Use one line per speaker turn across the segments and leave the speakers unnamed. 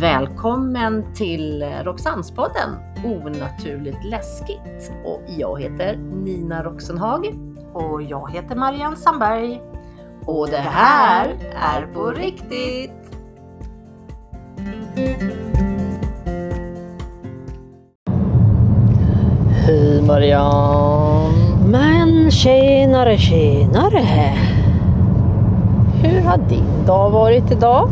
Välkommen till Roxannespodden Onaturligt läskigt. Och jag heter Nina Roxenhag.
Och jag heter Marianne Sandberg.
Och det här är på riktigt! Hej Marianne!
Men tjenare tjenare!
Hur har din dag varit idag?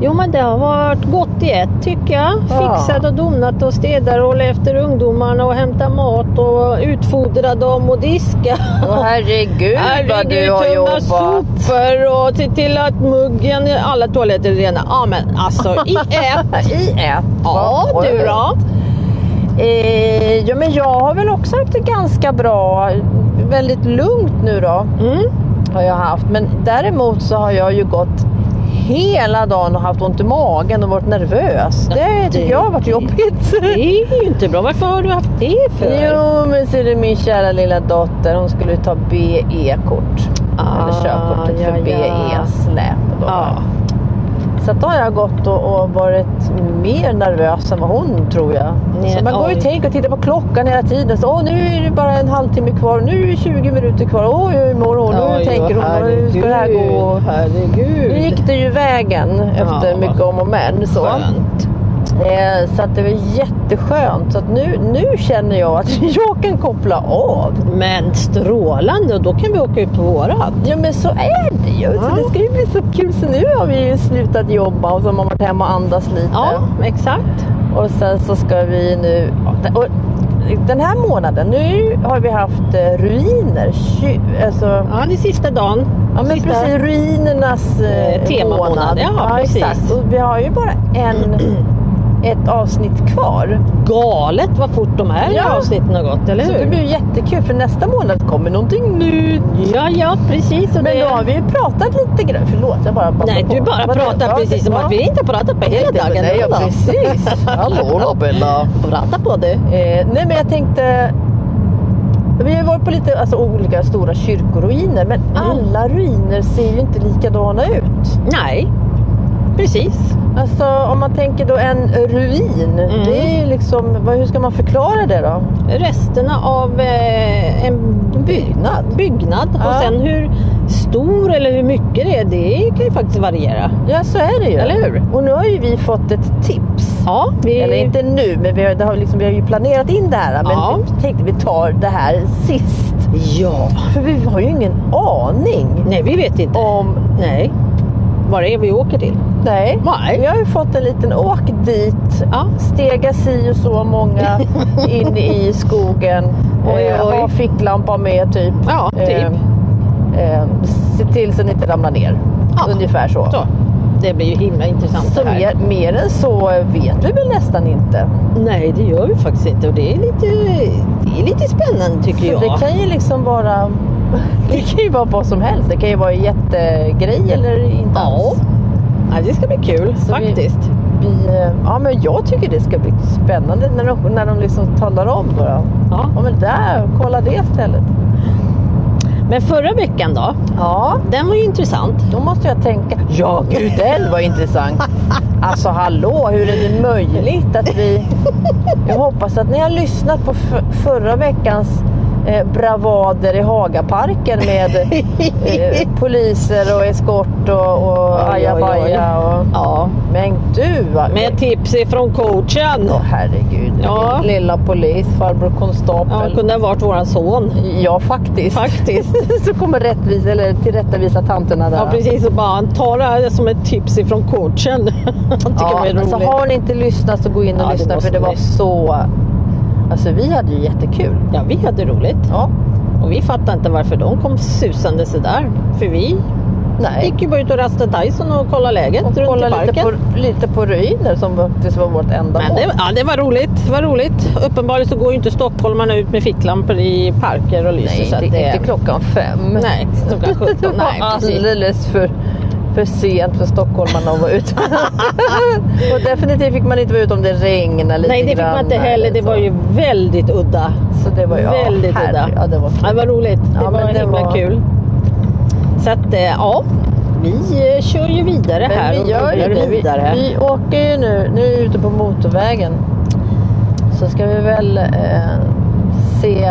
Jo men det har varit gott i ett tycker jag.
Ja.
Fixat och donat och städat och hållit efter ungdomarna och hämtat mat och utfodrat dem och diskat.
Åh herregud vad du har
tömma
jobbat!
sopor och se till att muggen, alla toaletter är rena. Ja men alltså i ett.
I ett?
Ja
Vad
du
skönt.
då?
Eh, ja, men jag har väl också haft det ganska bra. Väldigt lugnt nu då
Mm.
har jag haft. Men däremot så har jag ju gått hela dagen och haft ont i magen och varit nervös. Det tycker jag har varit jobbigt.
Det är ju inte bra. Varför har du haft det för?
Jo men ser du min kära lilla dotter hon skulle ju ta BE-kort. Eller
Ah,
körkortet för
ja, ja. alltså.
BE-släp. då.
Ja.
Så att då har jag gått och, och varit mer nervös än vad hon tror jag.
Nej,
så man går ju
oj.
och tänker och tittar på klockan hela tiden. Så, Åh, nu är det bara en halvtimme kvar. Nu är det 20 minuter kvar. Åh, hur mår hon?
Oj,
Hur
vad
tänker hon? Och Hur ska det här gå?
Herregud.
Nu gick det ju vägen efter
Ja,
mycket om och men. Så,
Skönt.
eh, så att det var jätteskönt. Så att nu, nu känner jag att jag kan koppla av.
Men strålande, och då kan vi åka ut på vårat.
Ja men så är det ju. Så
Ja.
det ska ju bli så kul. Så nu har vi ju slutat jobba och så har man varit hemma och andats lite.
exakt.
Och sen så ska vi nu... Och den här månaden, nu har vi haft eh, ruiner. Tju- Alltså,
Ja, det är sista dagen.
ja, men
sista-
precis, ruinernas eh,
Eh, temamånad. Ja, precis.
exakt. Och vi har ju bara en, ett avsnitt kvar.
Galet vad fort de här
Ja.
avsnitten har gått, eller
Så det
hur?
blir ju jättekul för nästa månad kommer någonting nytt.
Ja, ja, precis. Och
Men
det...
då har vi ju pratat lite grann. Förlåt, jag bara babblar
Nej,
på.
du bara
Vad-
pratar
ja,
precis som
ja.
att vi inte pratat på hela dagen.
Nej, ja,
Hallå.
precis. Hallå då Bella.
Prata på det.
Eh, nej men jag tänkte, vi har ju varit på lite alltså, olika stora kyrkoruiner men alla ruiner ser ju inte likadana ut.
Nej, precis.
Alltså om man tänker då en ruin,
Mm.
det är ju liksom, vad, hur ska man förklara det då?
Resterna av eh, en byggnad. byggnad.
Ja.
Och sen hur stor eller hur mycket det är, det kan ju faktiskt variera.
Ja så är det ju.
Eller hur?
Och nu har ju vi fått ett tips.
Ja, vi...
Eller inte nu, men vi har, det har, liksom, vi har ju planerat in det här. Men
Ja.
vi tänkte vi tar det här sist.
Ja.
För vi har ju ingen aning
Nej, vi vet inte.
om
Nej. Var det är vi åker till?
Nej.
Nej.
Vi har ju fått en liten åk dit.
Ja.
Stega si och så många in i skogen.
Oj,
Eh,
oj.
Ha ficklampa med typ.
Ja, typ.
Eh, eh, se till så ni inte ramlar ner.
Ja.
Ungefär så.
Så. Det blir ju himla intressant
Så
det här.
mer, mer än så vet vi väl nästan inte.
Nej, det gör vi faktiskt inte. Och det är lite, det är lite spännande tycker
Så
jag.
det kan ju liksom vara... Det kan ju vara vad som helst. Det kan ju vara en jättegrej eller inte
Ja.
alls.
Nej, det ska bli kul
Så vi-
faktiskt.
Vi, eh, ja, men jag tycker det ska bli spännande när de, när de liksom talar om då. då.
Ja.
Ja men där, kolla det stället.
Men förra veckan då?
Ja,
Den var ju intressant.
då måste jag tänka. Ja, gud den var intressant. Alltså hallå, hur är det möjligt att vi... Jag hoppas att ni har lyssnat på f- förra veckans eh, bravader i Hagaparken med eh, poliser och eskort och, och
Oj, oj, oj.
ajabaja. Och...
Ja.
Men du, vad...
Med tips ifrån coachen.
Åh, herregud.
Ja.
Lilla polis, farbror
Ja,
konstapel.
kunde ha varit våran son.
Ja, faktiskt.
Faktiskt.
så kommer rättvis, eller tillrättavisa tanterna där.
Ja, precis. Och bara ta det här som ett tips ifrån coachen. Han tycker
Ja,
det är roligt.
alltså, har ni inte lyssnat så gå in och
Ja, det
lyssna för
måste
det var
ni.
så... Alltså vi hade ju jättekul.
Ja, vi hade roligt.
Ja.
Och vi fattade inte varför de kom susande sådär. För vi
Nej.
gick ju bara ut och rastade Tyson och kollade läget
Och
runt i
kolla
parken.
lite på, lite på ruiner som faktiskt var vårt enda
Men
mål.
det, ja, det var roligt. Det var roligt. Uppenbarligen så går ju inte stockholmarna ut med ficklampor i parker och lyser.
Nej,
så att
inte, inte klockan fem.
Nej, klockan 17.
det
Nej,
var
precis.
alldeles för, för sent för stockholmarna att vara ute. och definitivt fick man inte vara ute om det regnade lite
Nej, det fick
grann
man inte
eller
heller. Det
så.
var ju väldigt udda.
Så det var ju... ja,
väldigt
herre-
udda.
Ja, det var
Ja, det var roligt. Det var
Ja, men det
himla
var-
kul. Så att, eh, ja. vi eh, kör ju vidare här
Men vi gör ju
rullar
det. Vi, vi åker ju nu, nu är vi ute på motorvägen. Så ska vi väl eh, se,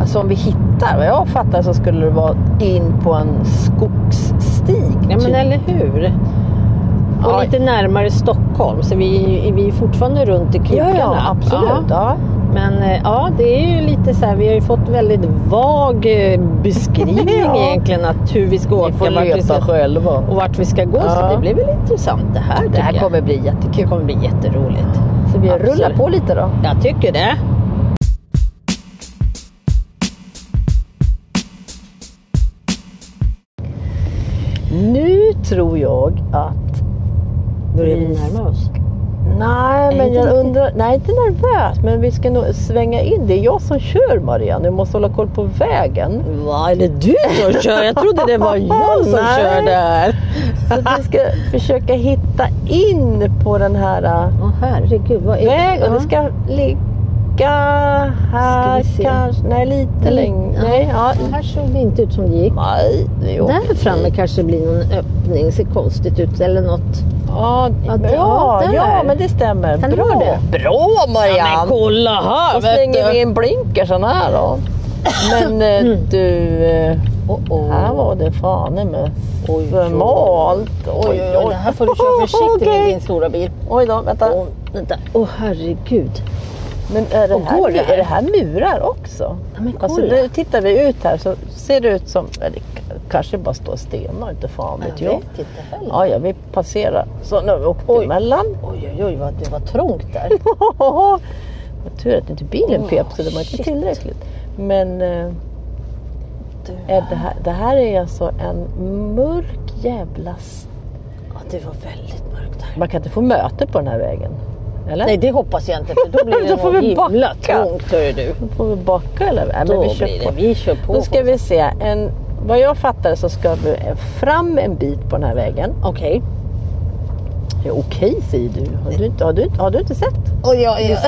alltså om vi hittar, vad jag fattar så skulle det vara in på en skogsstig.
Ja, men
typ.
eller hur? Och
Ja.
lite närmare Stockholm, så vi, vi är fortfarande runt i
ja,
krokarna.
ja, absolut.
Ja.
Ja.
Men eh, ja, det är ju lite så här, vi har ju fått väldigt vag eh, beskrivning
Ja.
egentligen att hur vi ska
Vi
åka
får
vart vi
leta
ska,
själva.
och vart vi ska gå.
Ja.
Så det blir väl intressant det här.
Det
tycker
här
jag.
kommer bli jättekul.
det kommer bli jätteroligt.
Så vi
Absolut.
rullar på lite då.
Jag tycker det.
Nu tror jag att...
Börjar vi
vi-
närma oss?
Nej, men
inte
jag
riktigt.
undrar... Nej, inte nervös, men vi ska nog svänga in. Det är jag som kör, Marianne. Du måste hålla koll på vägen.
Va, är det du som kör? Jag trodde det var jag som
Nej.
körde här.
Så att vi ska försöka hitta in på den här äh,
Åh herregud, vad är
vägen. Och
Ja.
det ska ligga här
Ska vi se?
kanske. Nej, lite
Lite,
längre.
ja.
Nej, ja.
Det här såg det inte ut som det gick.
Nej, vi åker
Där framme kanske det blir någon öppning, ser konstigt ut eller något.
Ja,
Ja,
bra.
där.
Ja,
Där.
men det stämmer.
Kan det
bra.
vara det?
Bra Marianne!
kolla här
Då slänger vi in blinkersen här då. Men eh, du, eh,
Mm. Oh, oh.
här var det fanen med
Oj,
smalt. Oj,
Oj, oj, oj. Här får du köra försiktigt med
Okej.
din stora bil.
Oj då, vänta.
Åh, vänta. Åh herregud.
Men är det,
Och
här,
går det här?
är det här murar också?
Ja, men kolla.
Alltså, nu tittar vi ut här så ser det ut som, eller k- kanske bara står stenar, inte fan vet jag.
inte heller.
Ja, ja, vi passerar. Så nu har vi åkt
Oj.
emellan.
Oj, oj, oj, vad det var trångt där.
Vad tur att inte bilen
Åh,
pep så det var inte
shit.
tillräckligt. Men eh,
Du.
är det, här, det här är alltså en mörk jävla... s-
Ja, det var väldigt mörkt här.
Man kan inte få möte på den här vägen. Eller?
Nej, det hoppas jag inte för då blir det
Då får
nog
vi
himla
backa.
trångt hör du.
Då får vi backa eller? Nej,
Då
men vi kör
blir
på.
det. Vi kör på.
Då ska vi se. En, vad jag fattar så ska vi fram en bit på den här vägen.
Okej.
Ja, okej säger du. Har du, inte- har, du, inte- har du inte sett?
Och jag är...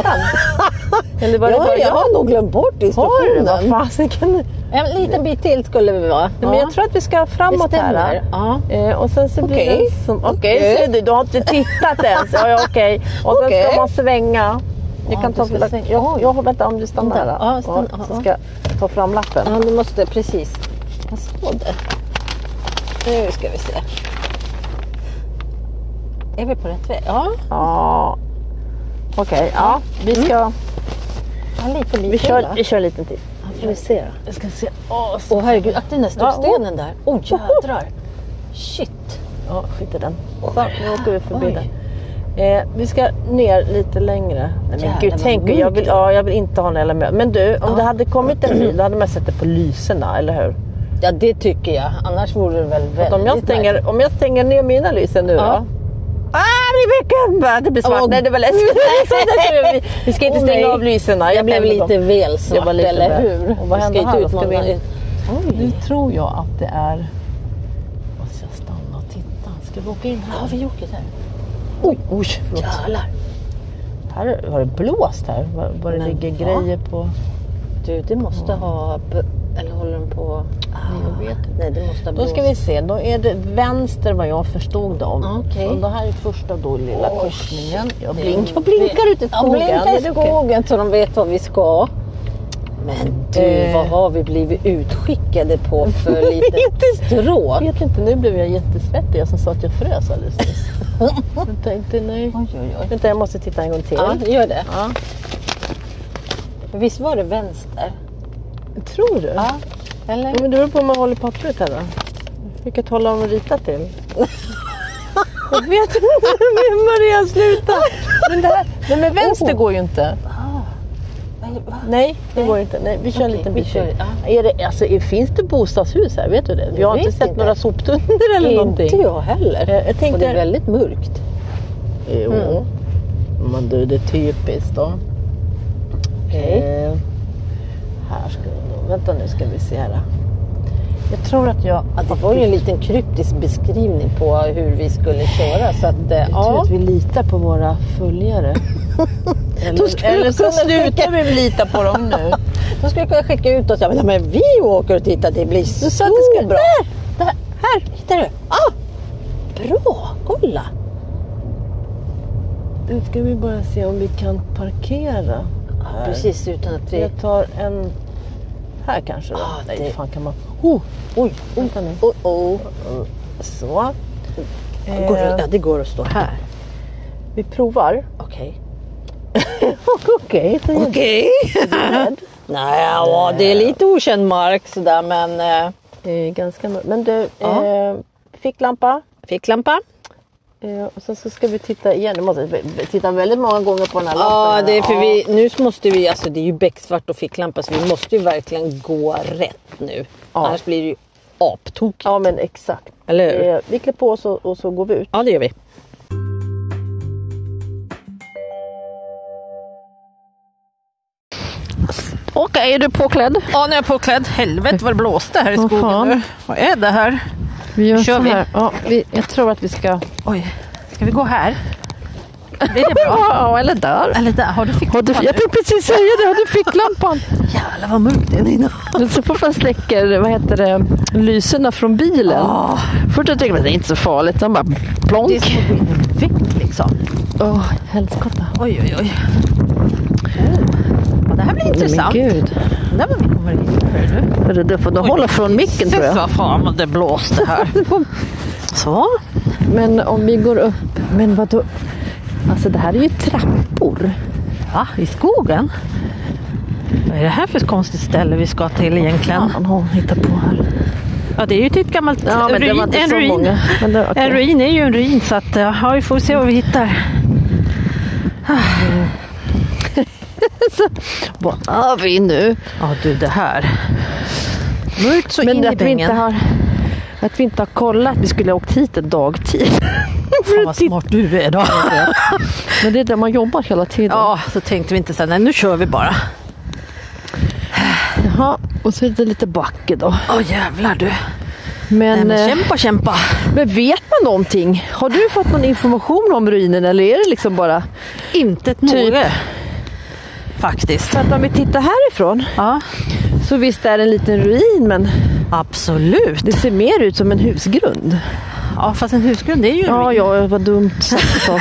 Eller var det
Ja,
bara
jag har nog glömt bort
Har du?
instruktionen.
Vad fasiken?
En liten bit till skulle vi vara.
Men jag tror att vi ska framåt här.
stämmer. Ja.
Eh, och sen så blir
Okej.
det som... Okej,
Okej.
säger du. Du har inte tittat ens. Ja, ja, okej. Och sen
Okej.
ska man svänga. Jag
Ja,
kan
du
ta...
ska svänga.
Jag, jag, vänta, om du stannar
Vänta.
här.
Ja, stanna.
så
Ja.
ska jag ta fram lappen.
Ja, du måste precis. Jag såg det. Nu ska vi se. Är vi på rätt väg? Ja,
Ja. Okej, ja. Vi ska...
ja lite bit
Vi
till,
kör,
va?
vi kör en liten till.
Ja, får vi se då.
Jag ska se. Åh, så...
Åh herregud, akta den där stöpstenen där. Åh oh, jädrar. Shit.
Ja, skit i den. Så, nu åker vi förbi
Oj.
den. Eh, vi ska ner lite längre. Nej, men
Jävlar,
gud,
vad
tänk om jag vill,
mörkt.
ja, jag vill inte ha en jävla mö. Men du, om
Ja.
det hade kommit en bil, då hade man sett det på lyserna, eller hur?
Ja, det tycker jag. Annars vore det väl väldigt
Att om, jag stänger, om jag stänger ner mina lysen nu
Ja.
då? Ah, Rebecka! Det blir svart.
Åh.
Nej, det var läskigt. Nej, så där tror jag vi- Vi ska inte
Åh,
stänga
nej.
av lyserna.
Jag blev
tänder dem.
lite väl
Det
svart,
var lite
eller
väl.
hur?
Och vad
Vi
händer
ska
här
inte
då? Ska
utmana...
vi in? Nu
Oj.
tror jag att det är... Måste jag stanna och titta? Ska vi åka in här?
Ja, vi åker där.
Oj, oj förlåt.
Jävlar.
Här har det blåst här. Var, var det
Men
ligger
va?
grejer på...
Du, det måste ha... b- Eller håller den på... Jag vet inte. Ah. Nej, det måste ha
Då ska vi se. Då är det vänster vad jag förstod det om.
Okej.
Och det här är första då lilla
Oj,
korsningen. Jag,
Det-
blink, jag blinkar ut i skogen.
Ja, blinka
Är
i
det okej?
skogen så de vet vad vi ska. Men du,
Eh.
vad har vi blivit utskickade på för litet strå?
Jag vet inte, nu blev jag jättesvettig. Jag som sa att jag frös alldeles nyss. jag tänkte nej.
Oj, oj, oj.
Vänta, jag måste titta en gång till.
Ja, gör det.
Ja.
Visst var det vänster?
Tror du?
Ja. Eller?
Ja, men det beror på om man håller pappret här då. Vilket håll har de ritat till? Jag vet inte. Men Maria, sluta! Men, det här, nej, men vänster
Oh.
går ju inte.
Eller, va?
Nej, det går inte. Nej, vi kör en
Okej,
liten
vi
bit
kör,
till. Är det, alltså, är- Finns det bostadshus här? Vet du det? Vi
Jag
har inte
vet
sett
inte.
några soptunnor eller någonting.
Inte jag heller.
Eh, jag tänkte-
Och det är väldigt mörkt.
Jo. Men du, det är typiskt då.
Okej.
Eh, här ska vi nog... Vänta nu ska vi se här. Jag tror att jag...
Ja, det var ju en liten kryptisk beskrivning på hur vi skulle köra. Så att, eh,
Jag tror
ja.
att vi litar på våra följare.
Då skulle
eller
du
så
kunna
slutar vi lita på dem nu.
De skulle kunna skicka ut oss. Ja, men, men vi åker och tittar, det blir så
sa att det ska-
bra. Det
Där!
här,
Där!
Hittar du?
Ah!
Bra! Kolla!
Nu ska vi bara se om vi kan parkera. Här.
Ah, Precis utan att vi...
Jag tar en... Här kanske då?
Ah,
Nej,
det-
fan kan man... Oh, oj, vänta nu.
Oh, oh.
Så. Eh.
Går det, ja, det går att stå här.
Vi provar.
Okej.
Okej, det är
Okej. Nej, ja, det är lite okänd mark sådär men... Eh,
eh, ganska mörkt. Men du,
Ja.
eh, ficklampa.
ficklampa?
Eh, och sen så ska vi titta igen. Du måste b- b- titta väldigt många gånger på den här
Ja,
lappen.
det är för
Ja.
vi, nu måste vi, alltså det är ju becksvart och ficklampa så vi måste ju verkligen gå rätt nu.
Ja.
Annars blir det ju aptokigt.
Ja, men exakt.
Eller hur?
Eh, vi klär på oss och, och så går vi ut.
Ja, det gör vi.
Okej, är du påklädd?
Ja, nu är jag påklädd. Helvete vad det blåste här i
Åh, fan.
Vad är det här?
Vi gör
Kör
så
vi.
här. Ja, vi, jag tror att vi ska...
Oj, ska vi gå här? Blir det bra?
Ja, eller där.
Eller där, har du fick
Har du, jag tänkte precis säga det, har du ficklampan?
Jävlar vad mörkt det är Nina.
Men Så fort man släcker vad heter det, lyserna från bilen. Först jag tänker man det är inte så farligt, sen bara
Det är
plonk.
som att gå in i en vind liksom.
Åh, helskotta.
Oj, oj, oj. Oh. Ja, det här blir intressant.
Men gud.
Undrar vad vi kommer in här nu.
Hörru, du får nog hålla från micken tror jag.
vad fan vad det blåste här. Så.
Men om vi går upp, men vadå? Alltså det här är ju trappor.
Va, i skogen? Vad är det här för konstigt ställe vi ska till egentligen?
Fan har hon hittat på här.
Ja, det är ju ett gammalt
Ja, men det var inte
en
så
ruin.
många. Men det, okej.
En ruin är ju en ruin så att, eh, ja, vi får se vad vi hittar.
Vad har vi nu?
Ja du det här. Mörkt så in
Men
i
att vi, inte
bängen.
har, att vi inte har kollat, vi skulle ha åkt hit en dagtid.
Fan vad smart du är då.
Men det är där man jobbar hela tiden.
Ja, så tänkte vi inte sen, nej nu kör vi bara.
Jaha. Och så är det lite backe då.
Åh jävlar du. Nej,
Men,
men
eh,
kämpa, kämpa.
Men vet man någonting? Har du fått någon information om ruinen eller är det liksom bara...
Inte ett
Typ.
nåde. Faktiskt.
För att om vi tittar härifrån
Ja,
så visst är det en liten ruin men
absolut.
det ser mer ut som en husgrund.
Ja, fast en husgrund det är ju en
Ja,
ruin.
ja, vad dumt sagt jag sa.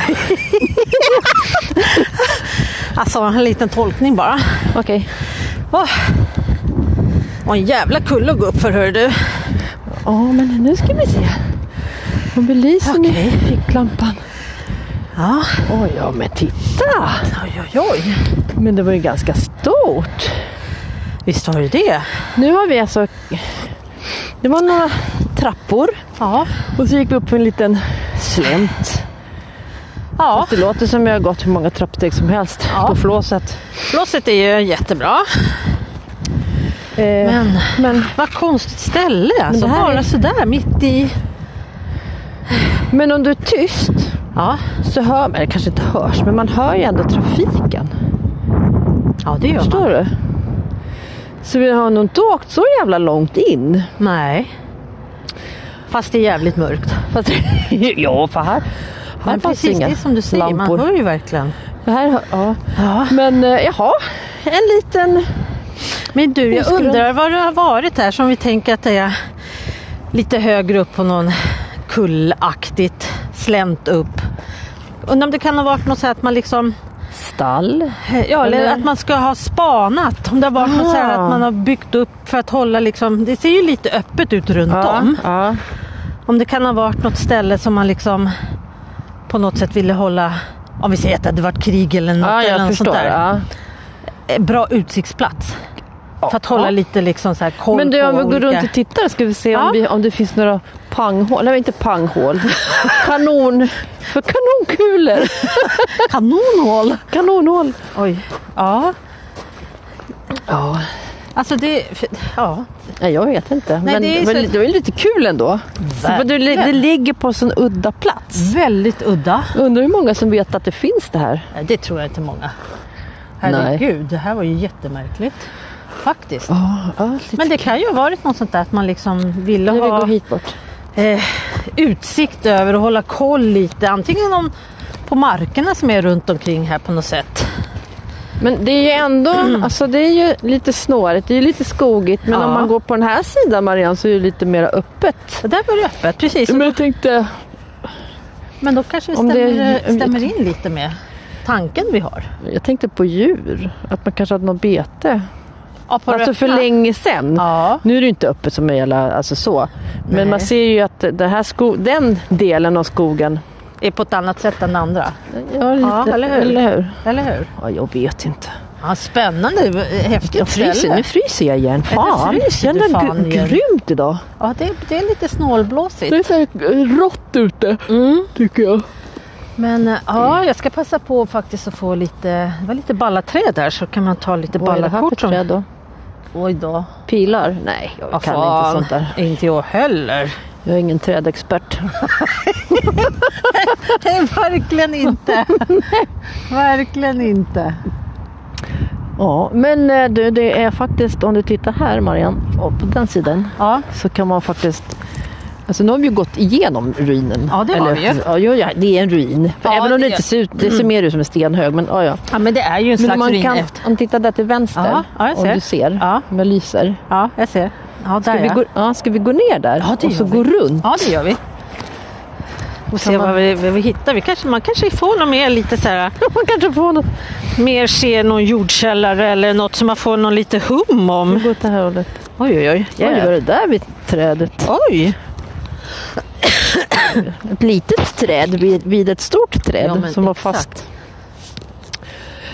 Alltså en liten tolkning bara.
Okej.
Åh, Och en jävla kulle att gå upp för hör du.
Ja, men nu ska vi se. Hon belyser nu
Okej.
ficklampan.
Ja.
Oj, ja men titta!
Oj, oj, oj.
Men det var ju ganska stort.
Visst var det det.
Nu har vi alltså... Det var några trappor
Ja.
och så gick vi upp för en liten slänt.
Ja,
Fast Det låter som jag har gått hur många trappsteg som helst
Ja.
på flåset.
blåset är ju jättebra.
men, men,
Eh, Vad konstigt ställe alltså.
det här
Bara
är-
sådär mitt i.
men om du är tyst
Ja,
så hör man, eller kanske inte hörs, men man hör ju ändå trafiken.
ja det gör man.
Förstår du? Så vi har nog inte åkt så jävla långt in.
Nej. Fast det är jävligt mörkt.
Fast, ja, för här, här
Men
fanns
precis,
inga
det är som du säger,
lampor.
man hör ju verkligen.
Det här, hör- ja.
Ja.
Men eh, jaha, en liten...
Men du, jag
Husgrund.
undrar vad det har varit här som vi tänker att det är lite högre upp på någon kullaktigt slänt upp. Undrar om det kan ha varit något så här att man liksom,
Stall.
ja eller,
Eller-
att man ska ha spanat. Om det har varit något så här
Ah.
att man har byggt upp för att hålla liksom, det ser ju lite öppet ut runt om.
ja.
Om det kan ha varit något ställe som man liksom på något sätt ville hålla, om vi säger att det hade varit krig eller något,
ja
eller
jag
något
förstår.
sånt där.
Ja.
Eh, Bra utsiktsplats. För att hålla
Ja.
lite liksom så här koll
Men du,
på
om vi går
olika...
runt typ- och tittar ska vi se
Ja.
om, vi, om det finns några panghål. Nej, inte panghål. Kanon... För kanonkulor.
Kanonhål!
Kanonhål.
Oj. Ja.
Ja,
Alltså det... Ja.
nej, jag vet inte.
Nej,
men
det är
det,
så-
men det var ju lite kul ändå. Så för det, li- det
Verkligen.
ligger på en sån udda plats.
Väldigt udda.
Undrar hur många som vet att det finns det här.
Nej, Det tror jag inte många.
Nej.
Herregud, det här var ju jättemärkligt. Faktiskt.
ja,
Men det kan ju ha varit något sånt där att man liksom ville
nu vi går
ha
hit bort.
eh, utsikt över och hålla koll lite. Antingen om, på markerna som är runt omkring här på något sätt.
Men det är ju ändå, alltså det är ju lite snårigt, det är ju lite skogigt. Men
Ja.
om man går på den här sidan Marianne så är det ju lite mer öppet.
Så där var det öppet, precis.
Men jag tänkte,
Men då kanske vi
Om det är
stämmer, eh,
ljuvligt.
stämmer in lite med tanken vi har.
jag tänkte på djur, att man kanske hade något bete.
Ja, på
alltså för
rötterna.
länge sedan.
Ja.
Nu är det ju inte öppet som en jävla, alltså så. Men
Nej.
man ser ju att det här sko- den delen av skogen,
Är på ett annat sätt än andra.
ja, lite,
eller hur?
Eller hur?
Eller hur?
Ja, jag vet inte.
Ja, spännande, Eh, häftigt
Jag fryser, nu
ställe.
fryser jag igen. Fan,
fryser du
jag är
fan
gr-
igen.
grymt idag.
Ja, det, det är lite snålblåsigt.
är så här eh, rått ute, tycker jag.
Men eh,
Mm.
ja, jag ska passa på faktiskt att få lite, det var lite balla träd där så kan man ta lite
Vad är det
balla
här för
kort.
träd då? Ah,
Oj då.
Pilar? Nej, jag
Vad
kan
fan.
inte sånt där.
Inte jag heller.
Jag är ingen trädexpert.
Nej, verkligen inte. verkligen inte.
Ja, men eh, du, det är faktiskt, om du tittar här Marianne, och på den sidan,
Ja,
så kan man faktiskt Alltså nu har vi ju gått igenom ruinen.
Ja, det har vi ju.
Ja, ja, ja, det är en ruin. För
Ja,
även om
det
det
är-
inte ser ut, det ser mer ut som en stenhög. Men, ja, ja.
ja men det är ju en
men
slags
man
ruin
kan,
efter.
om du tittar där till vänster,
Ja, ja, jag ser.
om du ser,
Ja.
om jag lyser.
Ja, jag ser. Ja, där
Ska, vi
ja.
gå, ja, ska vi gå ner där
Ja, det
och så
gör vi.
gå runt?
ja, det gör vi. Och se
man-
vad vi, vad vi hittar. Vi kanske, man kanske får något mer lite så här,
Man kanske får något.
mer se någon jordkällare eller något som man får någon lite hum om.
Gå åt det här hållet.
Oj, oj, oj.
Oj, vad är det där vid trädet?
Oj!
Ett litet träd vid, vid ett stort träd
Ja, men
som var
exakt.
fast.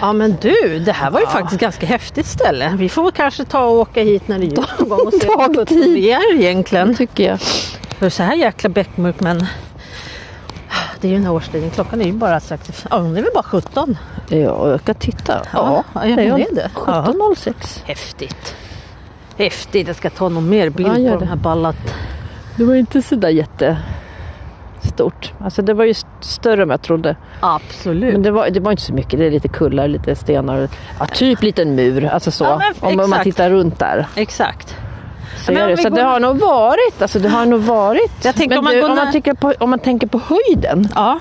Ja men du, det här var ju faktiskt ganska häftigt ställe. Vi får väl kanske ta och åka hit när det är jul någon gång och se vad
Dagtid.
sjutton vi är egentligen.
Tycker jag.
För så här jäkla beckmörkt men det är ju den här årstiden. Klockan är ju bara strax Ja, det är väl bara 17.
Ja, jag ska titta.
Ja, ja,
det
men
är
det är det.
det. 17.06.
Häftigt. Häftigt. Jag ska ta någon mer bild
Ja, gör
på de
det.
här ballat.
Det var inte så där jättestort. Alltså det var ju st- större än jag trodde.
Absolut.
Men det var, det var inte så mycket. Det är lite kullar, lite stenar. Ja, typ liten mur. Alltså så.
Ja, men f-
om, om man
exakt.
tittar runt där.
Exakt.
Så,
Men
är
om
det.
vi
så
går-
det har nog varit. Alltså det har nog varit.
Jag tänker
Men
om man
du,
går
om,
när-
man tycker på, om man tänker på höjden.
Ja.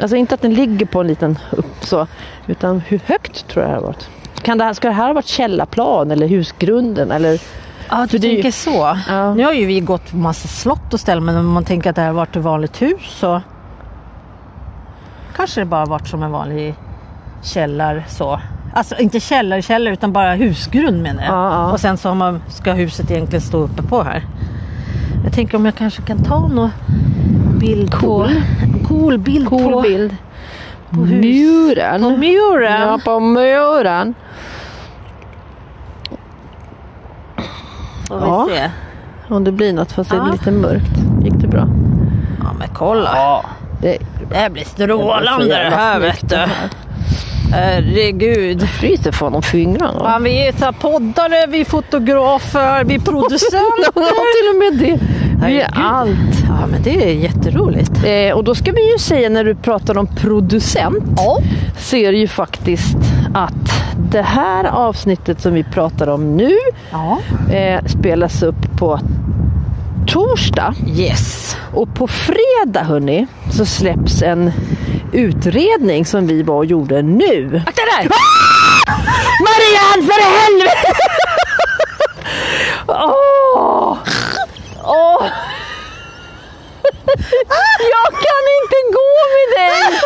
Alltså inte att den ligger på en liten upp så. Utan hur högt tror jag det har varit. Kan det här, ska det här ha varit källarplan eller husgrunden? Eller,
Ja, du
För det är ju-
tänker så.
Ja.
Nu har ju vi gått på massa slott och ställen men om man tänker att det här har varit ett vanligt hus så kanske det bara har varit som en vanlig källar så. Alltså inte källar, källar utan bara husgrund menar jag.
Ja, ja.
Och sen så har man, ska huset egentligen stå uppe på här. Jag tänker om jag kanske kan ta någon bild på... Cool bild
cool
på,
bild.
på hus.
Muren.
på muren.
Ja, på muren.
Får vi
Ja.
se.
Om det blir något fast det
Ja.
är lite mörkt. Gick det bra?
ja men kolla.
Det
Det här blir
Det
strålande
blir så
det
jävla
här
snyggt
vet du. Herregud.
fryser fan om fingrarna.
Fan, vi är så här poddare, vi är fotografer, vi är producenter.
Ja, till och med det. Vi är
Herregud.
allt.
Ja men det är jätteroligt.
Eh, och då ska vi ju säga när du pratar om producent så är det ju faktiskt att det här avsnittet som vi pratar om nu
Ja.
eh, spelas upp på torsdag.
Yes.
Och på fredag hörni så släpps en utredning som vi var och gjorde nu.
Akta där!
Marianne för helvete! Åh! Åh! Jag kan inte gå med dig!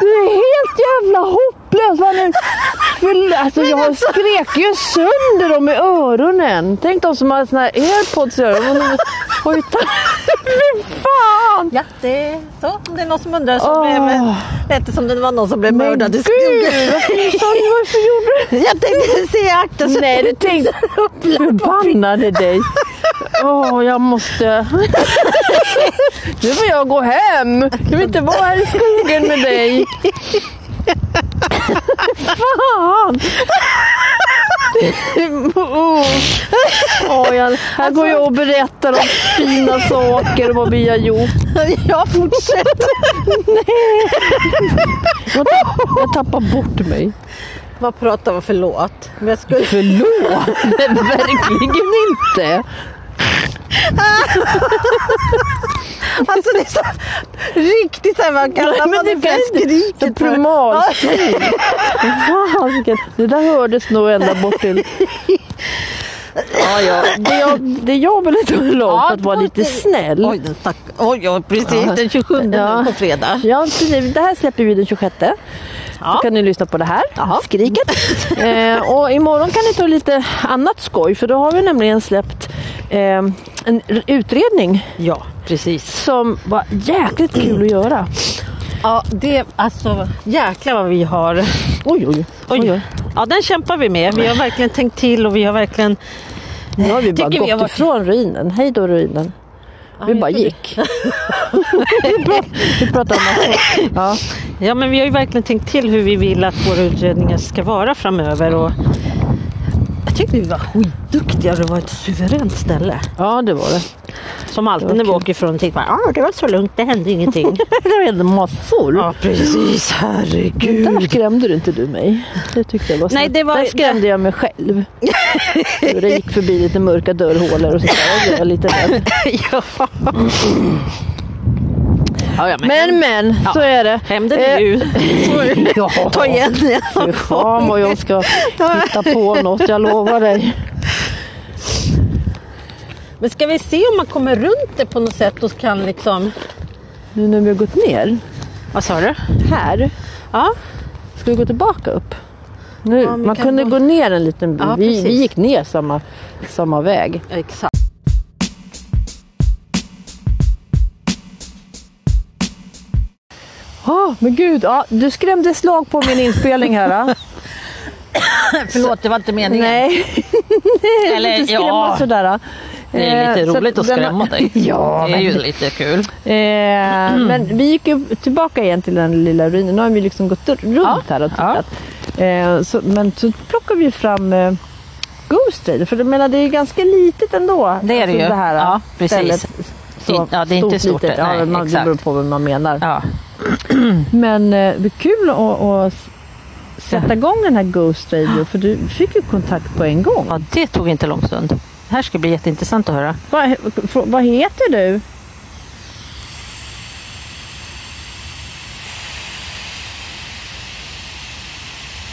Du är helt jävla hopplös. Vad nu- Förl- Alltså, jag skrek ju sönder dem i öronen. Tänk de som har såna här airpods i öronen. Oj, tack. Fy fan!
Ja, det är så. Om det är någon som undrar så
Åh.
blev lät det som det var någon som blev
Men
mördad i
gud,
skogen.
varför sa du- varför gjorde du
Jag tänkte se akta så
Nej, du tänkte förbannade dig. Åh, jag måste... Nu får jag gå hem. Jag vill inte vara här i skogen med dig. Fan! Oh. Åh, jag, här går jag och berättar om fina saker och vad vi har gjort.
jag fortsätter.
Jag tapp- Jag tappar bort mig.
Vad pratar vi för låt? Men jag skulle...
Förlåt! Nej, verkligen inte.
Alltså det är så riktigt så här, man kan
Nej, men det
kan
blir
skrika
Så primalskrik. Fan, vilket- det där hördes nog ända bort till... Ja, ja. Det, jag, det jag ville tala om för att vara lite snäll.
Oj, tack. Oj, oj, precis.
Ja.
Den 27
Ja.
nu på fredag.
Ja, precis. Det här släpper vi den 26.
Ja.
Så kan ni lyssna på det här
Jaha.
skriket. eh, och imorgon kan ni ta lite annat skoj för då har vi nämligen släppt eh, en r- utredning
Ja, precis.
som var jäkligt kul att göra.
Ja, det, alltså, jäklar vad vi har.
Oj, oj, oj. oj.
Ja, den kämpar vi med. Vi har verkligen tänkt till och vi har verkligen...
Nu har vi bara
Tycker vi
gått
har varit-
ifrån ruinen. Hej då ruinen. vi
jag
bara
tror det.
gick. vi, prat- vi pratade om massa. Ja.
Ja, men vi har ju verkligen tänkt till hur vi vill att våra utredningar ska vara framöver. Och jag tyckte vi var skitduktiga. Det var ett suveränt ställe.
ja, det var det.
Som alltid
var
när vi åker ifrån tänker man ah, det var så lugnt, det hände ingenting.
det hände massor.
ja, precis.
Där
Herregud.
skrämde du inte du mig. Det tyckte jag var
Nej,
snällt.
det var-
Där skrämde jag mig själv. Det gick förbi lite mörka dörrhålor och så där blev jag lite rädd.
ja. Ja, ja, men
Men men, så är det.
hämnden är
Eh,
ju...
Ja.
Ta igen det.
Fy fan vad jag ska hitta på något, jag lovar dig.
Men ska vi se om man kommer runt det på något sätt och kan liksom...
Nu när vi har gått ner
Vad sa du?
här,
Ja,
ska vi gå tillbaka upp? Nu,
Ja, vi
man
kan
kunde
gå-
gå ner en liten bit.
Ja,
vi, vi
precis.
gick ner samma, samma väg.
exakt.
Oh, men gud, ja, du skrämde slag på min inspelning här. ah.
Förlåt, det var inte meningen.
Nej.
Eller,
inte skrämma
ja.
sådär. eh.
Det är lite
Eh, så
roligt att
den-
skrämma dig.
Ja,
Det är
men,
ju lite kul.
eh, men vi gick ju tillbaka igen till den lilla ruinen. Nu har vi liksom gått r- runt här och tittat. Eh, så, men så plockar vi fram eh, Ghost Rider, för jag menar, det är ju ganska litet ändå. Alltså
Det är det ju.
Det här
Ja, precis.
stället.
Det är- ja, det är inte stort,
litet.
nej,
ja, man, det
exakt.
beror på vad man menar.
Ja.
Men eh, det är kul att, att s- sätta igång den här Ghost Radio för du fick ju kontakt på en gång.
ja, det tog inte lång stund. Det här ska bli jätteintressant att höra.
Vad he- vad heter du?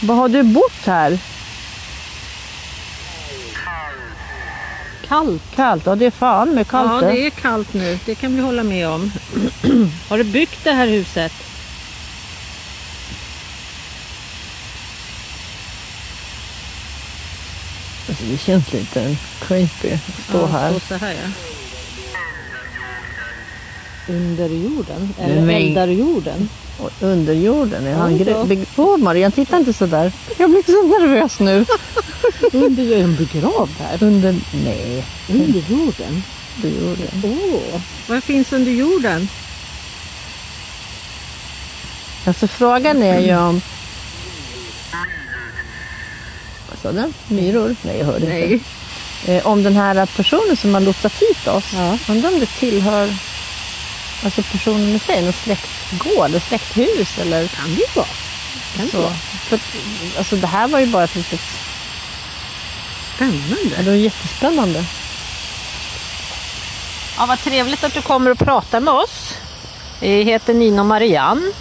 Vad har du bott här?
Kallt.
Kallt? Ja, det är fan med kallt.
Ja, det är kallt eh. nu. Det kan vi hålla med om. Har du byggt det här huset?
Alltså, det känns lite creepy att stå här.
Så, så här ja. Under jorden? Eller
Nej, men-
eldar jorden?
Och under jorden är han
Oj då.
gre- Åh, Marianne, titta inte så där. Jag blir så nervös nu.
Under är den begravd här?
Under... Nej,
Under jorden?
under jorden.
Åh! Vad finns under jorden?
Alltså frågan är ju om... Vad sa den? Myror? Nej, jag hörde inte. Eh, om den här personen som har lotsat hit oss,
Ja.
undrar om det tillhör alltså personen i sig, någon släktgård, ett släkthus eller
Kan det vara. Kan det
så.
vara.
För, att, alltså det här var ju bara ett litet... Ja,
Spännande.
det var jättespännande.
Ja, vad trevligt att du kommer och pratar med oss. Vi heter Nina och Marianne.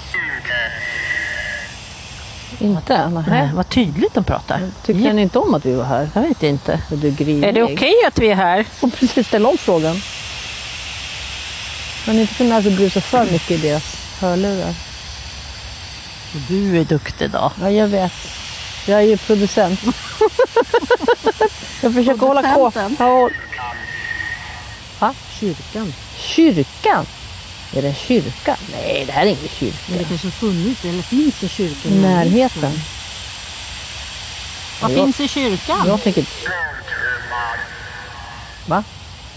Inte? Nej.
Nej, vad tydligt de pratar.
Tyckte den inte om att vi var här?
Jag vet inte.
Är du grinig?
Är det okej att vi är här?
Och precis ställa om frågan. Man inte kunna alltså brusa för mycket i deras hörlurar.
Du är duktig då.
Ja, jag vet. Jag är ju producent. jag försöker hålla koll.
Producenten?
Ja,
Kyrkan.
kyrkan? Är det en kyrka? Nej, det här är ingen kyrka.
Men det kanske har funnits eller finns i kyrkan?
I närheten.
Vad
Ja.
finns i kyrkan?
Jag tänker... Va?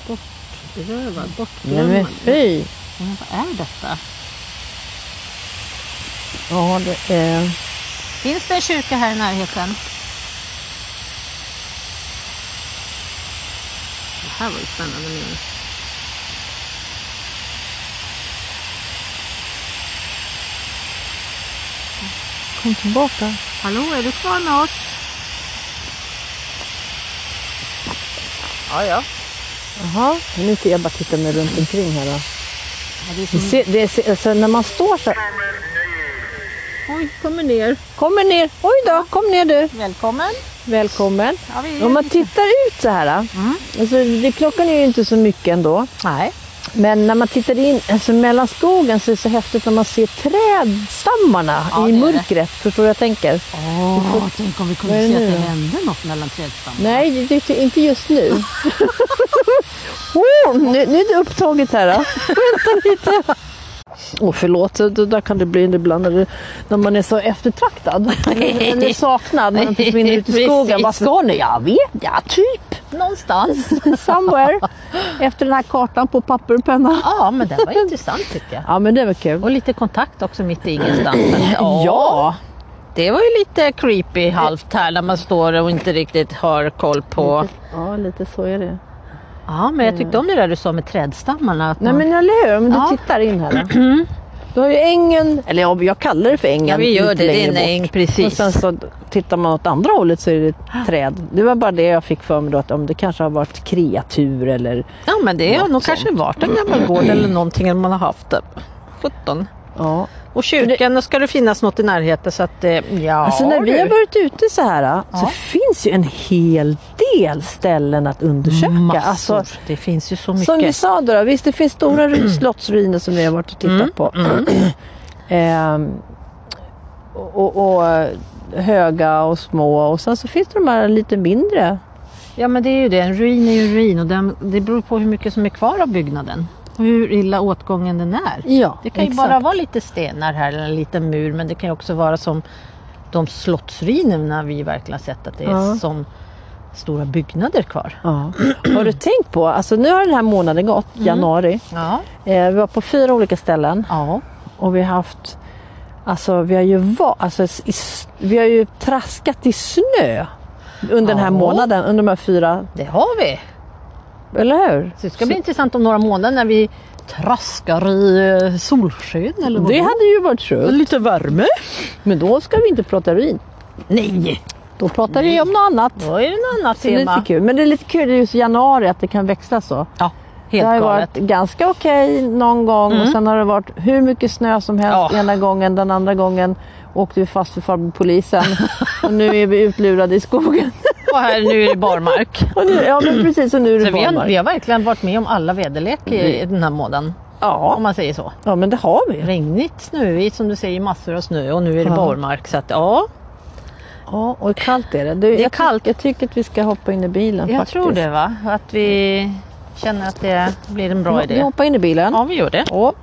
Bortrövad,
Nej
bortglömd.
men fy!
Men Vad är detta?
Ja, det är...
Finns det en kyrka här i närheten? Det här var ju spännande minne.
Kom tillbaka.
Hallå, är du kvar med oss?
Ja, ja. Jaha, nu inte jag bara tittar mig runt omkring här då. Det ser, det ser, alltså när man står så här.
Oj, kommer ner.
Kommer ner. Oj då, kom ner du.
Välkommen.
Välkommen.
Ja, vi
Om man tittar ut så här. Alltså, det, klockan är ju inte så mycket ändå.
Nej.
Men när man tittar in alltså, mellan skogen så är det så häftigt när man ser trädstammarna
Ja,
i
det är det.
mörkret. Förstår du vad jag tänker?
Åh, tänk om vi
Vad
kunde
är det
se att
nu
det
då?
hände något mellan trädstammarna.
Nej, det, det, inte just nu. Åh, Oh, nu, nu är det upptaget här. Då. Vänta lite. Åh, förlåt. Det där kan det bli ibland när, det, när man är så eftertraktad. Eller saknad. När man försvinner ut i skogen.
Precis.
Vad ska ni? Jag vet, ja, typ. Någonstans. Somewhere. Efter den här kartan på papper och penna.
Ja, men det var intressant tycker jag.
Ja, men det var kul.
Och lite kontakt också mitt i ingenstans.
Ja.
Det var ju lite creepy halvt här när man står och inte riktigt har koll på...
Ja, lite så är det.
Ja, men jag tyckte om det där du sa med trädstammarna. Att
Nej,
man-
men eller hur? Om du
Ja.
tittar in här. Då. Du har ju ängen, eller Mm. ja, jag kallar det för ängen.
ja, vi gör
lite
det. Det är
längre
en
bort.
äng,
Och
precis.
sen så tittar man åt andra hållet så är det ett träd. Det var bara det jag fick för mig då, att om det kanske har varit kreatur eller...
Ja, men det har nog kanske varit en gammal gård eller
Mm.
någonting eller man har haft det. 17.
Ja.
Och kyrkan, då ska det finnas något i närheten så att... eh, Ja,
Alltså när vi
du.
har varit ute så här så finns ju en hel del ställen att undersöka.
Massor.
Alltså,
det finns ju så
som vi
mycket.
sa då, då, visst det finns stora ru- slottsruiner som vi har varit och tittat på. Ehm, och, och, och höga och små och sen så finns det de här lite mindre.
Ja, men det är ju det. En ruin är ju en ruin och den, det beror på hur mycket som är kvar av byggnaden. Och hur illa åtgången den är.
Ja,
Det kan ju bara vara lite stenar här eller en liten mur men det kan ju också vara som de slottsruinerna vi verkligen har sett att det är
Ja.
som stora byggnader kvar.
Ja. Har du tänkt på, alltså nu har den här månaden gått,
Mm.
januari.
Ja.
Eh, vi var på fyra olika ställen
ja.
och vi har haft, alltså vi har ju, va, alltså, s- i, s- vi har ju traskat i snö under den
Ja.
här månaden, under de här fyra,
Det har vi.
eller hur?
Så det ska bli intressant om några månader när vi traskar i eh, solsken eller vad
Det hade ju varit skönt.
Lite värme?
Men då ska vi inte prata ruin.
Nej!
Då pratar vi om något annat.
Då är det något annat
Så det är lite
tema.
kul. Men det är lite kul det är just januari att det kan växla så.
Ja,
det har
helt galet. Mm.
ju varit ganska okej någon gång och sen har det varit hur mycket snö som helst
Ja.
ena gången. Den andra gången åkte vi fast för farbror polisen och nu är vi utlurade i skogen.
Och här nu är det barmark.
Och nu, ja men precis, och nu är det
Så vi, har,
barmark.
vi har verkligen varit med om alla väderlek i, i den här månaden. Om
Ja.
man säger så.
ja, men det har vi.
Regnigt, snöigt som du säger, massor av snö och nu är det
Ja.
barmark. Så att, ja,
Ja, och kallt är det. Du,
är
jag, ty-
kallt.
jag tycker att vi ska hoppa in i bilen
jag
faktiskt.
tror det va? Att vi känner att det blir en bra
Ja, Vi
idé.
hoppar in i bilen.
Ja, vi gör det.
Ja.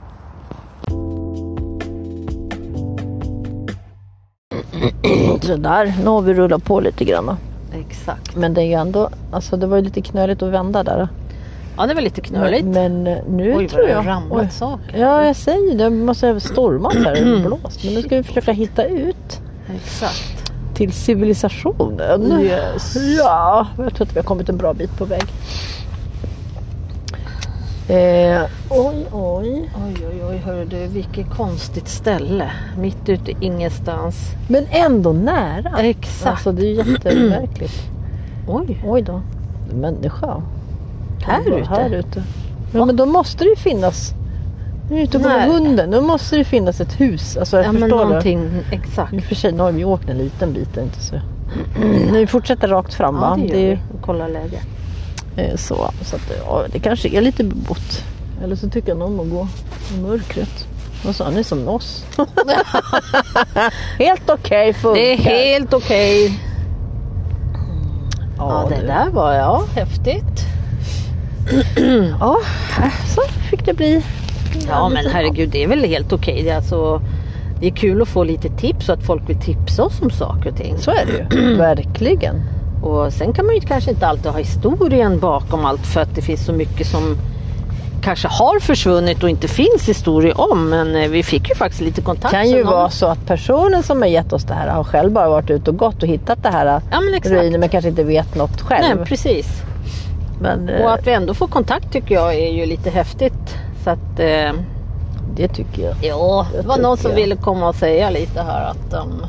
Sådär, nu har vi rullat på lite grann.
Exakt.
Men det är ju ändå, alltså det var ju lite knöligt att vända där.
Ja, det var lite knöligt.
Men eh, nu
Oj, vad
tror
det
jag...
har ramlat
Oj.
saker.
Ja, jag säger det. Det måste ha stormat här och blåst. Men nu ska vi försöka hitta ut
Exakt.
till civilisationen. Ja, jag tror att vi har kommit en bra bit på väg. Eh, oj, oj.
Oj, oj, oj, hörru du, vilket konstigt ställe. Mitt ute i ingenstans.
Men ändå nära.
Exakt.
Alltså det är ju jättemärkligt.
Oj,
Oj då. Människa.
här ute.
Här ute. Ja, men då måste det ju finnas. Nu är jag ute och går med
Nej.
hunden. Då måste det ju finnas ett hus. Alltså, jag
Ja, men
förstår det.
någonting, exakt.
I och för sig, nu har vi åkt en liten bit. det är Inte så. Nu fortsätter rakt fram
Ja,
va?
det gör
är
vi. Kolla läget.
ju, eh, så. så att, ja, det kanske är lite bebott. Eller så tycker han om att gå i mörkret. Och så han är som oss. helt okej funkar.
Det är helt okej. Ja,
Ja,
det
du.
där var ja, häftigt.
ja, så fick det bli.
Ja men herregud det är väl helt okej. Det är, alltså, det är kul att få lite tips och att folk vill tipsa oss om saker och ting.
Så är det ju. Verkligen.
Och sen kan man ju kanske inte alltid ha historien bakom allt för att det finns så mycket som kanske har försvunnit och inte finns historia om. Men eh, vi fick ju faktiskt lite kontakt.
Det kan ju
sen om-
vara så att personen som har gett oss det här har själv bara varit ute och gått och hittat det här
Ja men exakt.
ruinen men kanske inte vet något
Nej,
själv.
precis.
men eh,
Och att vi ändå får kontakt tycker jag är ju lite häftigt. Så att eh,
det tycker jag.
ja, det var
tycker
någon som
jag.
ville komma och säga lite här att um,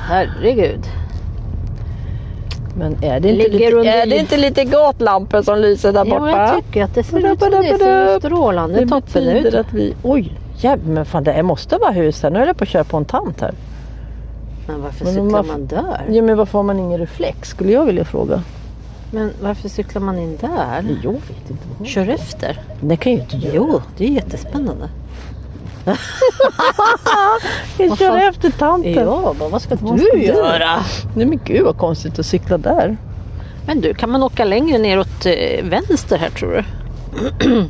herregud.
Men är det inte,
Ligger
lite,
under
är det
is.
inte lite gatlampor som lyser där
Ja,
borta?
jag tycker att det ser ut som det ser strålande
Det
toppen
betyder
ut.
att vi... Oj! Ja, men fan det här måste vara hus här. Nu höll jag på att köra på en tant här.
Men varför
Men
cyklar
varför-
man där?
Ja, men varför har man ingen reflex skulle jag vilja fråga.
Men varför cyklar man in där?
Jag vet inte.
Kör efter.
Det kan jag ju inte göra.
Jo, det är jättespännande.
Jag
fan?
kör efter tanten.
Ja, men vad ska
Vad
du
ska du
göra?
Nej men gud vad konstigt att cykla där.
Men du, kan man åka längre neråt eh, vänster här tror du?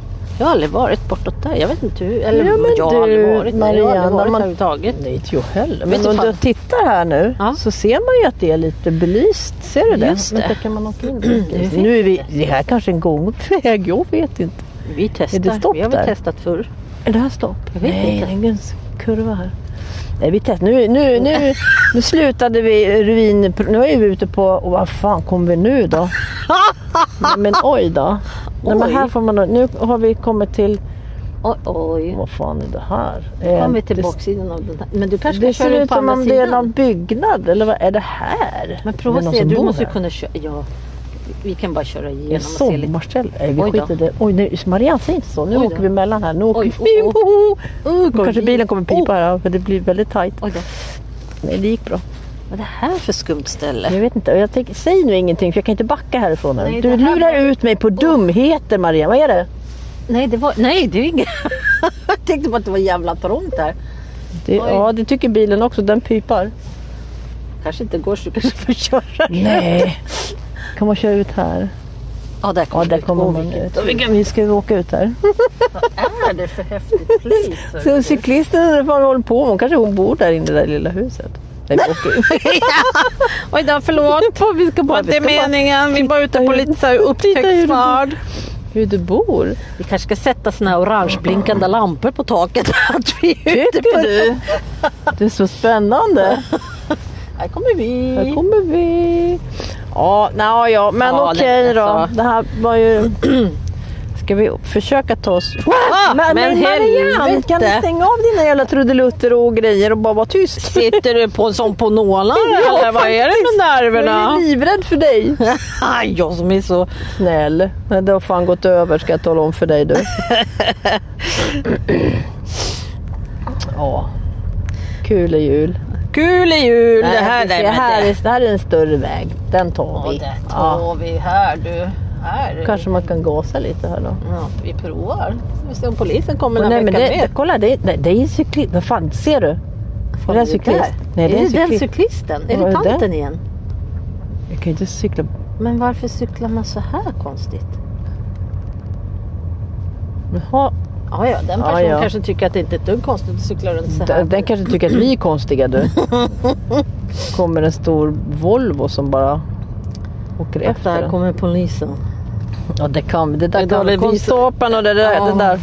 Jag har aldrig varit bortåt där. Jag vet inte hur. Eller
Ja, men
jag har aldrig
du,
varit där. Jag har
Marianne,
aldrig varit
man-
man... överhuvudtaget.
Nej inte jag heller.
Vet
Men
du
om
fan-
du tittar här nu
Ja.
så ser man ju att det är lite belyst. Ser du det?
Just det.
Vänta, kan man åka in?
vet
nu är vi... Det här kanske är en gångväg. Jag vet inte.
Vi testar.
stopp
vi har väl
där?
testat förr.
Är det här stopp?
Jag vet
Nej,
inte.
det är ingen kurva här. Nej, vi testar. Nu, nu, nu, nu slutade vi ruin... Nu är vi ute på... Och vad fan kom vi nu då? Nej, men oj då. Nej, men
Oj.
här får man, nu har vi kommit till...
Oj, oj.
Vad fan är det här?
Nu
Eh,
kommer vi till
det-
baksidan av den här. Men du kanske
Det
kan
ser
köra ut
ut
på
som
andra
om det är
sidan?
någon byggnad. Eller vad är det här?
Men
Är det
prova
någon
se,
som
du
bor
måste ju
här?
kunna köra. Ja, vi kan bara köra
Det är
igenom och se lite.
sommarställe. Nej, vi
Oj då.
skiter i det. Oj, nej, Marianne, säg inte så. Nu
Oj då.
åker vi mellan här. Nu åker
Oj,
vi...
oh,
Nu
går
Kanske
vi-
bilen kommer pipa
Oh.
här, ja, för det blir väldigt tajt.
Oj då.
Nej, det gick bra.
Vad är det här för skumt ställe?
Jag vet inte. Och Jag tänker, säg nu ingenting för jag kan inte backa härifrån nu.
Äh. Nej,
du
det här Oh.
lurar
var-
ut mig på dumheter Maria. Vad är det?
Nej, det var... Nej, det är inget... Jag tänkte bara att det var jävla trångt där.
det
Oj.
ja, det tycker bilen också. Den pipar.
kanske inte går så du kanske får köra.
Nej. kan man köra ut här?
Ja, där
Ja,
kommer
där kommer man
vilket-
ut. Vi ska ju åka ut här.
Vad är det för häftigt place?
Så cyklisten vad håller på med? Hon kanske hon bor där inne i det där lilla huset. Nej, vi åker ut.
Oj då, förlåt.
vi ska bara,
Det är meningen. Vi är bara ute på
hur-
lite så här
titta hur du bor.
upptäcktsfärd.
hur du bor.
Vi kanske ska sätta såna här orangeblinkande lampor på taket. Att vi är ute på...
Tycker du? Det är så spännande.
Här kommer vi.
Här kommer vi. Ja, na, ja men
Ja, det-
okej då.
alltså.
Det här var ju... Ska vi försöka ta oss...
Ah,
men, men
men
Marianne,
helvete.
kan du stänga av dina jävla trudelutter och grejer och bara vara tyst?
Sitter du på en sån på nålar
Ja,
eller vad är det
faktiskt.
med
Jag är
nerverna?
ju livrädd för dig.
Aj, jag som är så...
Snäll. Men det har fan gått över ska jag tala om för dig du. ja. Kul är jul.
Kul är jul!
Nej,
det här,
vi ser,
nej, men
här,
det-
är, här är en större väg. Den tar
Ja,
vi.
det
Ja.
tar vi här du. Här.
Kanske man kan gasa lite här då.
Ja, vi provar. Vi ser om polisen kommer
Men
någon
nej,
vecka
men det,
med.
kolla, det, är- nej, det är en cyklist. Vad fan, ser du?
Fan,
det är
det
cyklist.
där.
Nej, det är
är
en
det den
cyklist.
cyklisten? Är
Vad
det
är det?
tanten igen?
Jag kan ju inte cykla.
Men varför cyklar man så här konstigt?
Jaha,
Ja, ja, den
Ja,
personen
ja.
kanske tycker att det inte är ett dugg konstigt att cykla runt så här.
den, den kanske tycker att vi är konstiga du. Kommer en stor Volvo som bara åker
Och
efter
där
den.
kommer polisen.
Ja, det kan Det där
Det
kan
där är
konstapeln och det där.
Ja.
Det där.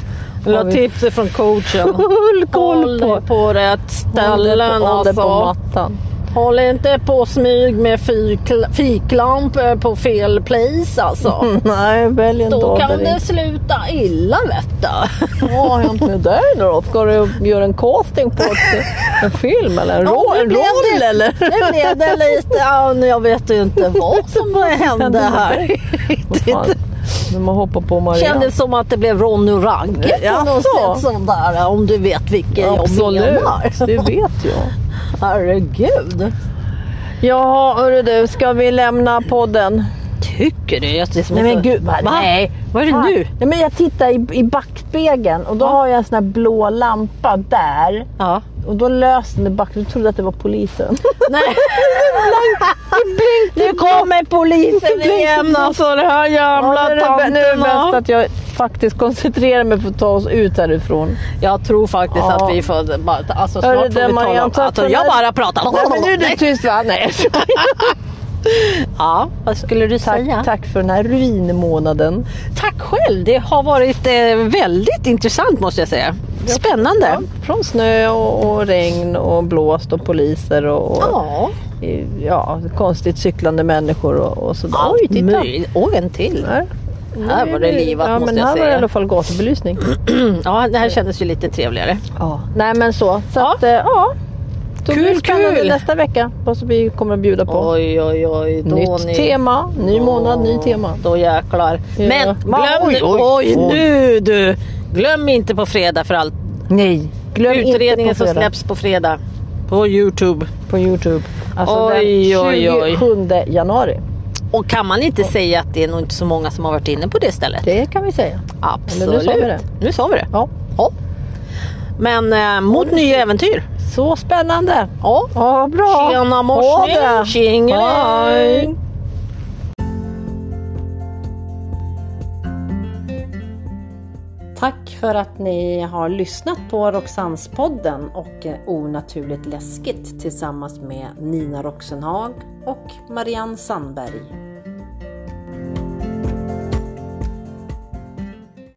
Vill
har
ha
vi
tips från coachen.
Full koll på.
Håll på rätt
Håll det
ställen
på, håll det på
alltså.
mattan.
Håll inte på och smyg med fikl- fiklampor på fel place alltså.
Nej, välj en
Då
dag
kan
Mm. där
det sluta illa vet du.
Vad har hänt med dig nu då? Ska du göra en casting på ett, en film eller en, ro-
Ja, nu
en
blev
roll
det-
eller?
Nu blev det lite, ja, nu jag vet ju inte vad som hände här.
Vad fan, Nu man hoppar på Maria.
Kändes som att det blev Ronny och Ragge på något
Jaså?
sätt sådär, om du vet vilken jag menar.
det vet jag.
Herregud.
Jaha hörru du, ska vi lämna podden?
Tycker du? Jag ser som
Nej,
att-
men gud, vad-
Nej, vad är det
Fan.
nu?
Nej, men jag tittar i, i backspegeln och då har jag en sån här blå lampa där.
Ja.
Och då löste den i backen, då trodde jag att det var polisen.
Nej. nu kommer polisen igen alltså, den här
Ja,
jävla
nu, är det, bä-
tanten. alltså.
nu är det bäst
va?
att jag faktiskt koncentrerar mig för att ta oss ut härifrån.
Jag tror faktiskt
Ja.
att vi får, bara- alltså
Hörru,
snart får
det,
vi
Marianne,
tala om,
tack
alltså,
för
jag
den här-
bara pratar.
Nej, men nu är du tyst va? Nej.
Ja, vad skulle du säga?
Tack, tack för den här ruinmånaden.
Tack själv, det har varit eh, väldigt intressant måste jag säga. Spännande.
Ja, från snö och, och regn och blåst och poliser och, och
Ja.
ja, konstigt cyklande människor och, och sådär.
Oj, titta. Och en till.
Här.
Här var det livat
ja,
måste
men
jag
här var det i alla
säga. Mm.
fall gatubelysning.
Ja, det här kändes ju lite trevligare.
Ja. Nej men så. så ja. Att, eh, ja. Så det blir
Kul,
spännande
kul.
nästa vecka vad som vi kommer att bjuda på.
Oj, oj, oj. Då
Nytt
ni...
tema, ny månad, ny tema.
Då jäklar.
Ja.
Men glöm
Va, oj,
nu,
oj,
oj,
oj.
nu du. Glöm inte på fredag för allt.
Nej, glöm
Utredningen
inte på
som
fredag
släpps på fredag. På Youtube.
på Youtube. Alltså
Oj,
den
oj, oj.
27 januari.
Och kan man inte säga att det är nog inte så många som har varit inne på det stället?
Det kan vi säga.
Absolut.
Eller nu sa vi det.
Nu sa vi det.
Ja.
Ja. Men eh, mot nya äventyr.
Så spännande!
Ja.
Ja, bra!
Tjena
Ha
morsning!
det.
Tjingeling!
Hej.
Tack för att ni har lyssnat på Roxannespodden och eh, Onaturligt läskigt tillsammans med Nina Roxenhag och Marianne Sandberg.